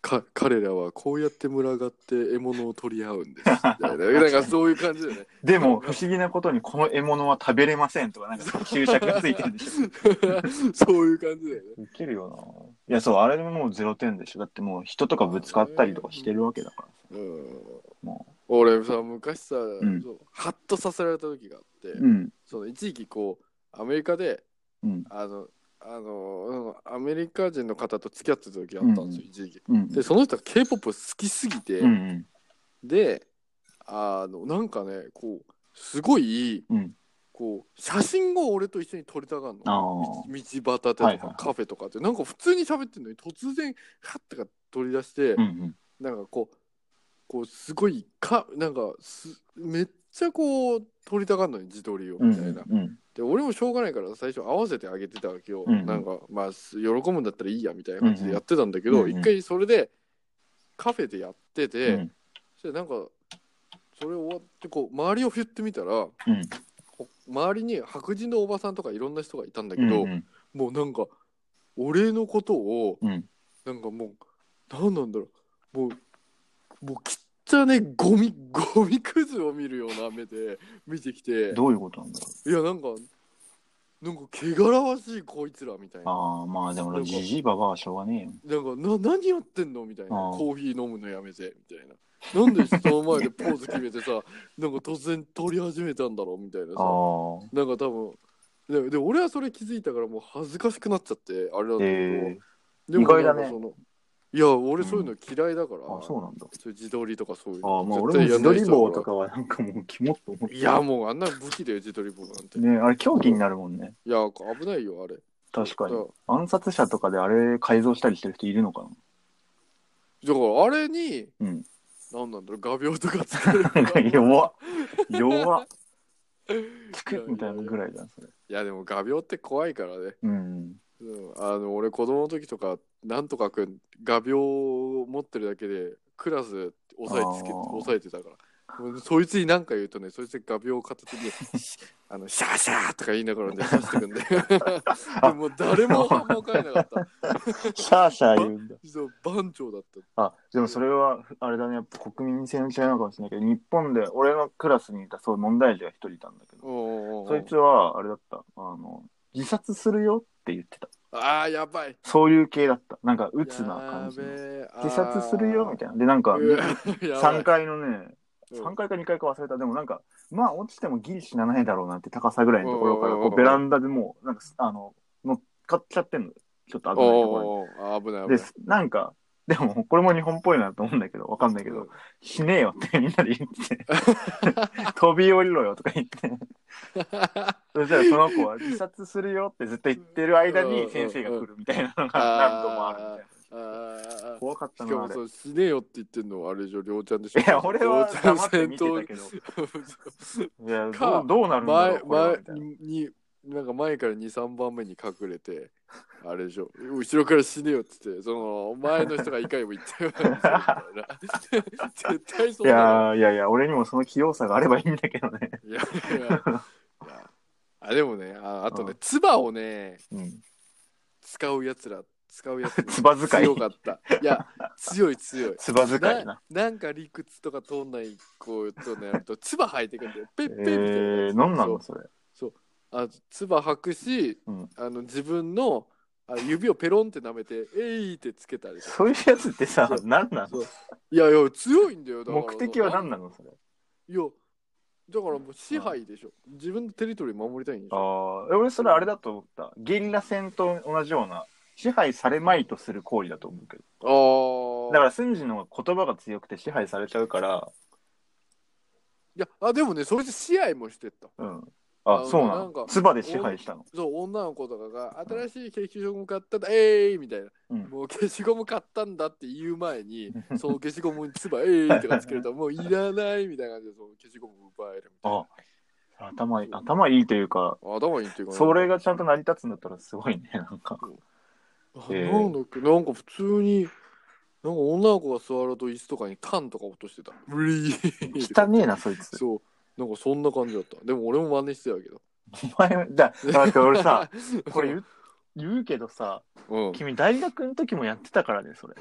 か彼らはこうやって群がって獲物を取り合うんですみた いな。なんかそういう感じだよね。 でも、不思議なことにこの獲物は食べれませんとか、なんか注釈がついてるんでし ょ。そういう感じだよね。いけるよな。いや、そう、あれでもう0点でしょ。だってもう人とかぶつかったりとかしてるわけだからさ。うんも俺さ昔さ、んそうハッとさせられた時があって、うん。その一時期こうアメリカでうん。あのあのうんアメリカ人の方と付き合ってた時があったんですよ、う一時期。うん。でその人が k p o p 好きすぎて、うんうん。であのなんかねこうすごい、うんこう写真を俺と一緒に撮りたがるのあ道ー道端でとはいはいはかいカフェとかってなんか普通に喋ってるのに突然ハッてか取り出して、うんうん。なんかこうこうすごいかなんかすめっちゃこう撮りたがるのに自撮りをうんみたいな、うんで俺もしょうがないから最初合わせてあげてたわけよ、うんなんかまあす喜ぶんだったらいいやみたいな感じでやってたんだけうんど、うん一回それでカフェでやってて、うんそしてなんかそれ終わってこう周りを振ってみたらうんほ周りに白人のおばさんとかいろんな人がいたんだけうんど、うんもうなんか俺のことをうんなんかもう何なんだろうもうもうきっちゃねゴミ ゴミくずを見るような目で見てきてどういうことなんだろういやなんかなんか汚らわしいこいつらみたいなああ、まあでなんも、かじじいばばはしょうがねえよ。なんかな何やってんのみたいなあーコーヒー飲むのやめてみたいななんで人の前でポーズ決めてさ なんか突然撮り始めたんだろうみたいあなさなんか多分でで俺はそれ気づいたからもう恥ずかしくなっちゃってあれなんだあ、けど、ええでも意外だなんねかそのいや俺そういうの嫌いだから、あそうなんだ。そういう自撮りとかそういうああ、のまあ絶俺も対自撮り棒やんない人だとかはなんかもうキモっと思って。いやもうあんな武器だよ自撮り棒なんて、ねあれ狂気になるもんね。いや危ないよあれ確かにだ。か暗殺者とかであれ改造したりしてる人いるのか らだからあれに、うんなんなんだろう画鋲とか作る な弱っ。 弱っ。チいやいやクみたいなぐらいだ、それ。いやでも画鋲って怖いからね、うん。うん、あの俺子供の時とかなんとかくん画鋲を持ってるだけでクラスで押さえつけあー押さえてたからもうそいつに何か言うとねそいつが画鋲を片手にしあのシャーシャーとか言いなが らね刺してくんででも誰も反応返らなかった シャーシャー言うんだ。そう番長だったあ、でもそれは、あれだね、やっぱ国民性の違いなのかもしれないけど、日本で、俺のクラスにいたそういう問題児が一人いたんだけど、そいつは、あれだった、あの、自殺するよって言ってた。ああやばいそういう系だった。なんか、鬱な感じの。自殺するよみたいな。で、なんか、な3階のね、3階か2階か忘れた。でもなんか、まあ落ちてもギリ死なないだろうなって高さぐらいのところから、うんうんうこんうんうベランダでもう、なんか、あの、乗っかっちゃってんの。ちょっと危ないところに危ない危ないで、なんか、でも、これも日本っぽいなと思うんだけど、わかんないけど、死ねえよってみんなで言ってて、飛び降りろよとか言って、そしたらその子は自殺するよってずっと言ってる間に先生が来るみたいなのが何度もあるみたいな。あ怖かっあたしかな、あもれそ。う死ねよって言ってんのはあれでしょりょうちゃんでしょいや俺はりょうち黙ゃんって戦見て闘たけど にいやどかう、どうなるんだろ前う、これはみたい前になんか前から23番目に隠れてあれでしょ後ろから死ねよって言ってその前の人がいかにも言ったようなみたい な絶対そうだよな。いやいやいや、俺にもその器用さがあればいいんだけどね。いやいやいやあでもねああとね唾をねうん。使うやつら使うやつ 唾遣い強かったいや強い強いつば遣いな。ななんか理屈とか通んない子とね やると唾吐いてくんだよペッペッみたいな、えー、何なのそうそれ。あの唾吐くし、うんあの自分のあ指をペロンって舐めて「えい!」ってつけたりとかそういうやつってさ、何なそのういやいや強いんだよだから目的は何ななのそれ。いやだからもう支配でしょ、自分のテリトリー守りたいんでしょああ、俺それあれだと思った。ゲリラ戦と同じような、支配されまいとする行為だと思うけど。あーだから、スンジの方が言葉が強くて支配されちゃうから、いやあでもねそれで試合もしてったうん。ああ、そうななんかの。ツバで支配したの。そう女の子とかが「新しい消しゴム買ったんだえい!」みたいな、うんもう消しゴム買ったんだって言う前に その消しゴムに唾「えい!」とかつけるともういらないみたいな感じでその消しゴム奪えるみたいなあ頭いい、頭いいというか、頭いいっていうかねそれがちゃんと成り立つんだったらすごいね、なんか。あえーなんだっけなんか普通になんか女の子が座ると椅子とかにタンとか落としてたうりー汚ねえな、そいつ。そうなんかそんな感じだったでも俺も真似してたけどお前、だ、だって俺 さ、これう言う言うけどさ、ん、君大学の時もやってたからね、それ。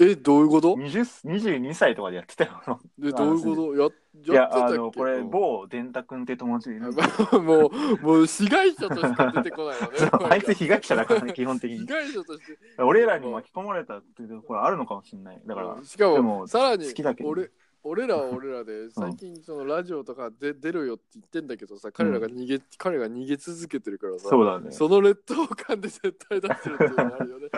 えどういうこと20 22歳とかでやってたよ。でどういうことやいややっ、てたっあけの、これ、うん某電太くんって友達いる んだ もう、もう被害者としか出てこな いよねけ。ど、あいつ被害者だから ね、被基本的に。害者として。俺らに巻き込まれたっていうところあるのかもしれない。だから、しかでも、もさらに好きだけど俺、俺らは俺らで、最近そのラジオとかで出るよって言ってんだけどさ、彼らが逃げ、彼が逃げ続けてるからさ、そうだね。その劣等感で絶対出してるっていうのがあるよね。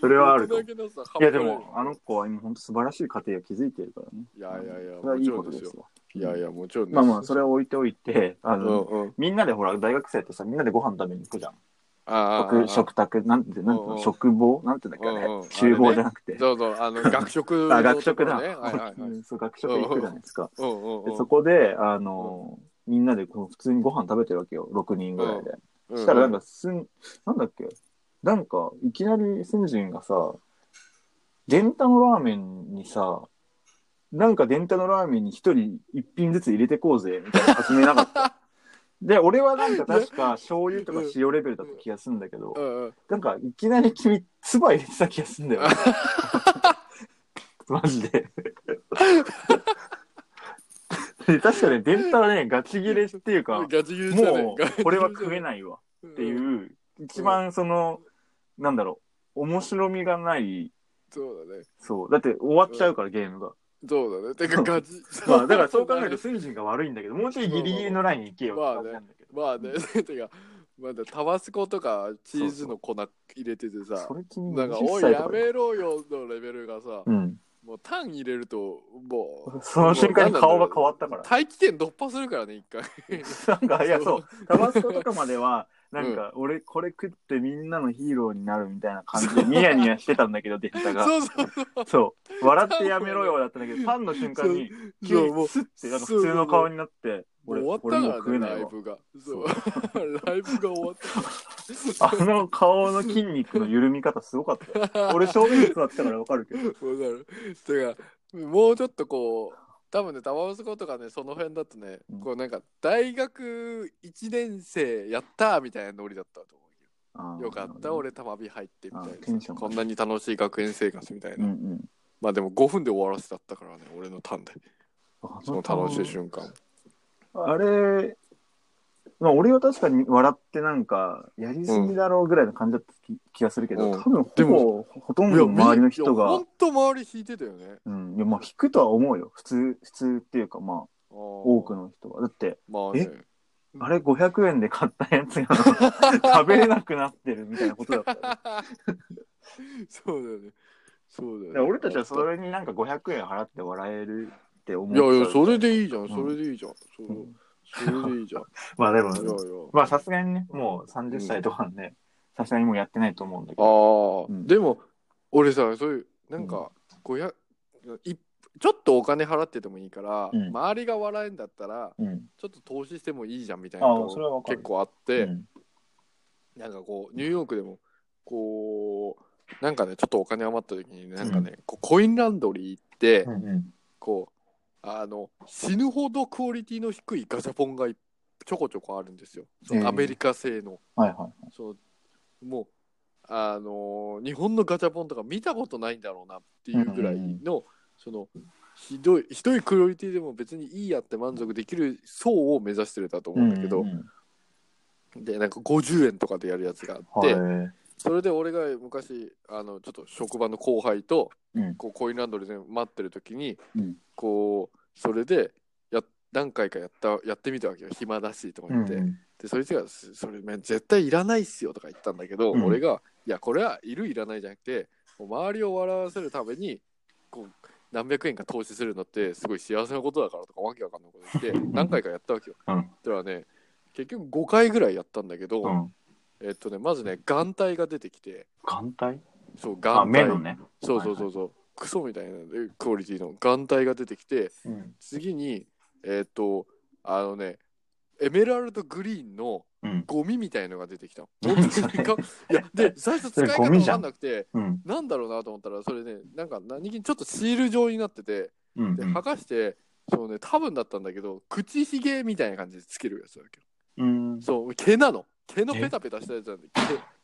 それはある大人げなさいや、でも、あの子は今、本当素晴らしい家庭を築いてるからね。いやいやいや、それはもいいちころんとでですすよ。よ。いやいや、もちろんですまあまあ、それは置いておいて、あうの、んうん。みんなでほら、大学生ってさ、みんなでご飯食べに行くじゃん。あー食、食卓、なんて、なんていううんうの、ん食房なんていうんだっけあれうんうん、厨房じゃなくて。そうそう、あの、学食のあ、学食だ。ところねはいは いはい。うんそう、学食行くじゃないですか。うんうんうでんそこで、あのーみんなでこう普通にご飯食べてるわけよ、6人ぐらいで。そしたらなんかすん、なんだっけ、なんか、いきなりスンジンがさ、伝太のラーメンにさ、なんか伝太のラーメンに一人一品ずつ入れてこうぜ、みたいな始めなか った。で、俺はなんか確か醤油とか塩レベルだった気がするんだけどう、んうんなんかいきなり君、唾入れてた気がするんだよ。 マジで。 で確かね、伝太はね、ガチ切れっていうか、ガチ牛じゃねもう、これは食えいないわっっていう、一番その、なんだろう、面白みがない、そうだねそう。だって終わっちゃうから、ゲームが。そうだねてかガチま あ、だからそう考えると、スンジンが悪いんだけど、もうちょいギリギリのラインに行けよって感じなんだけど。まあね てかまだタバスコとかチーズの粉入れててさそれ君なんか「 20おい歳やとかめろよ」のレベルがさうん。もうタン入れるともうその瞬間に顔が変わった から。大気圏突破するからね一回なんか、いや、そう。タバスコとかまでは、なんか、俺、これ食ってみんなのヒーローになるみたいな感じで、ニヤニヤしてたんだけど、データが。 そうそうそう。笑ってやめろよだったんだけど、パンの瞬間に、急そうもうにスッて、なんか普通の顔になって、俺、終わっ俺もうたか食らえねなラいイわ。ブがそうライブが終わっ たあの顔の筋肉の緩み方すごかったよ。 俺、正面に座ってたからわかるけど。わかる。てか、もうちょっとこう、多分ね、タワースコとかね、その辺だとね、うんこうなんか、大学1年生やったーみたいなノリだったと思あーうよ。よかった、。俺、玉火入ってみたあーテいンショな。ンこんなに楽しい学園生活みたいな。うんうん。まあでも5分で終わらせだったからね、俺のターンで。その楽しい瞬間。あれ、まあ、俺は確かに笑ってなんか、やりすぎだろうぐらいの感じだった気,、気がするけど、うん多分でほもぼ、ほとんどの周りの人いやがほん、と周り引いてたよね。うん、いや、まあ、引くとは思うよ。普通、普通っていうか、まあ、多多く。の人は。だって、まあね。あれ500円で買ったや つが食べれなくなってるみたいなことだったよね。そうだよね。そうだよ、で俺たちはそれになんか500円払って笑えるって思いやいや、それで。でいいじゃん、んそれでいいじゃん。そうそれでい いじゃん。まあでいやいやも、。まあさすがにね、もう30歳とかなんで、さすがにもうやってないと思うんだけあど。あ、うんでも、俺さ、そういう、なんか、500、いちょっとお金払っててもいいから、うん周りが笑えんだったら、うん。ちょっと投資してもいいじゃんみたいなのああそれはわかる結構あって、うんなんかこう、ニューヨークでも、こう、なんかね、ちょっとお金余った時にね、なんかね、こうコインランドリー行って、うんうん。こう、あの、死ぬほどクオリティの低いガシャポンがいちょこちょこあるんですよ。そのええアメリカ製の。はいはい。そうもうあのー日本のガチャポンとか見たことないんだろうなっていうぐらいの、うんうんそのひどいひどいクオリティでも別にいいやって満足できる層を目指してるんだと思うんだけど、うんうんでなんか50円とかでやるやつがあっうんて、はいそれで俺が昔あのちょっと職場の後輩とうんこうコインランドリーで待ってる時に、うんこうそれでや何回かやったやってみたわけよ暇だしとかうん言って。でそいつが「すそれめ絶対いらないっすよ」とか言ったんだけど、うん俺が「いやこれはいるいらないじゃなくてもう周りを笑わせるためにこう何百円か投資するのってすごい幸せなことだから」とかわけわかんないこと言って何回かやったわけよ。うんではね結局5回ぐらいやったんだけど、うん。えっとねまずね眼帯が出てきて眼帯そう眼帯あ、目のね。そうそうそうそう、クソみたいなえクオリティの眼帯が出てきてうん。次にえっとあのねエメラルドグリーンのうん。ゴミみたいのが出てきたの。何本当にかいや で最初使そいれ方ゴミ分じゃかんんなくてうん。なんだろうなと思ったらそれねなんか何気にちょっとシール状になっててうんで剥がしてそうね多分だったんだけど口ひげみたいな感じでつけるやつだっけどうん。うんそう毛なの毛のペタペタしたやつなんで毛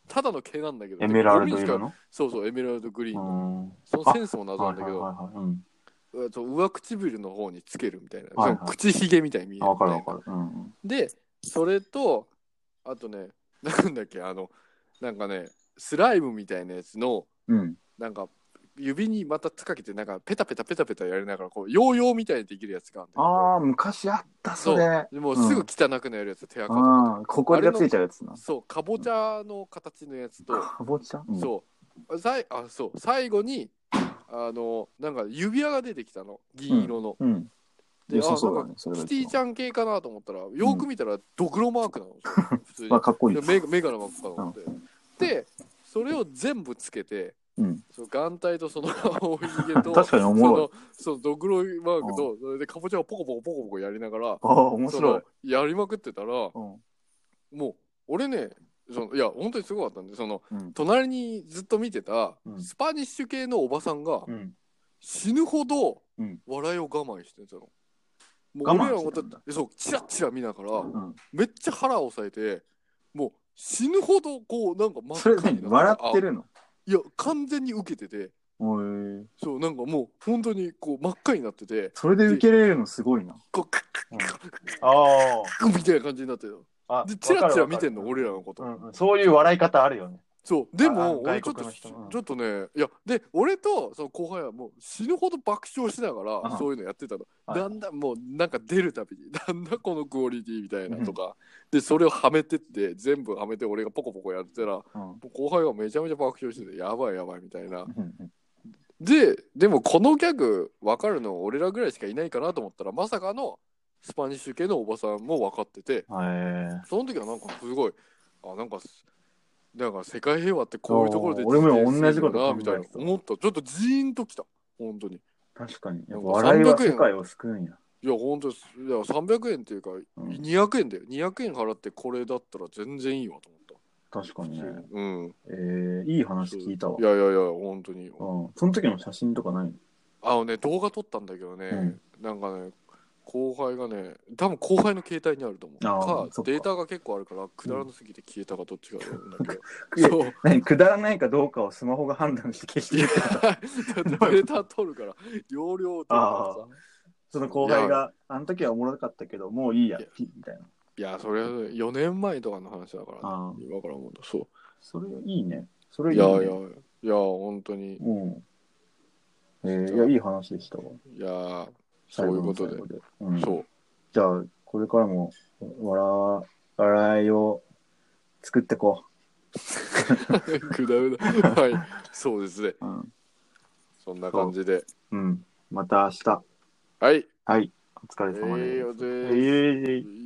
ただの毛なんだけどエメラルドゴミにし色かのそうそうエメラルドグリーンのん。そのセンスも謎なはいんだはけいどはいはい。うん。えっと上唇の方につけるみたいな、はいはいその口ひげみたいに見えあるみわかたいるなわかる。うん。でそれとあとね なんだっけあのなんかねスライムみたいなやつのうん。なんか指にまたつかけてなんかペタペタペタペタやりながらこうヨーヨーみたいにできるやつがあるんだけどああ、昔あった、それ。でもうすぐ汚くなるやつ、手垢とかああ、ここがついちゃうやつな。そうかぼちゃの形のやつと、かぼちゃうんそうさいあそう最後にあのなんか指輪が出てきたの銀色の、うん。で良さそうあだね、なんかそれがキ一番。ティちゃん系かなと思ったらよく見たらドクロマ ークなの、普通にまあ、かっこいいで。メガメガの真っ赤なので、でそれを全部つけてうん。その眼帯とその青ひげと確かにおもろい。そのそのドクロマークとそれでかぼちゃをポコポコポコポコやりながらああ、面白い。そのやりまくってたらもうん。う俺ねそのいや本当にすごかったんでそのうん。隣にずっと見てたうんスパニッシュ系のおばさんがうん。死ぬほどうん笑いを我慢してたの。もう我慢俺らのしてこたとんだそうチラチラ見ながらうんめっちゃ腹を押さえてもう死ぬほどこうなんか真それ赤に何な笑ってるるのいや完全に受けてておいそうなんかもう本当にこう真っ赤になっててそれで受けれるのすごいな。こうクックックックッあクみたいな感じになってるあでチラチラ見てんの俺らのこと、うん、そういう笑い方あるよね。そうでああも俺ちょ外っと、国の人うんちょっとねいやで俺とその後輩はもう死ぬほど爆笑しながうらんそういうのやってたの、はいだんだんもうなんか出るたびに なんだこのクオリティみたいなとか、でそれをはめてって全部はめて俺がポコポコやってたらうん後輩はめちゃめちゃ爆笑しててやばいやばいみたいなうんででもこのギャグ分かるの俺らぐらいしかいないかなと思ったらまさかのスパニッシュ系のおばさんも分かっててうんへえその時はなんかすごいあなんかすなんか世界平和ってこういうところであー俺も実現する同じことんだ考えてなたみたいな思ったちょっとジーンときた本当に確かに。やなっんぱか笑いは300円世界を救うんや。いや本当ですいや300円っていうかうん200円だよ200円払ってこれだったら全然いいわと思った確かにね。うんえー、いい話聞いたわい。やいやいや本当にうん、その時の写真とかないのあのね動画撮ったんだけどね、うんなんかね後輩がね多分後輩の携帯にあると思うあーかそっかデータが結構あるからくだらなすぎて消えたかどっちかなんだけど、いやそう何 くだらないかどうかをスマホが判断して消しいやて た。だってデータ取るから容量取るからあさあ。その後輩が、あの時はおもろかったけど、もういいや、いやピみたいな。いやそれは4年前とかの話だから、ね、ああ今から思うとそそれいいね。それういいいね。やいやいや本当にうん。えー、いや、いい話でしたわ。いやそういうこと最後ので最後でうん、そうじゃあ、これからも、笑、笑いを作ってこ くだらないはいそうですねう。うん。そんな感じで。うん。また明日。はい。はい。お疲えれ様です。ー、お疲れ様えいえいえいです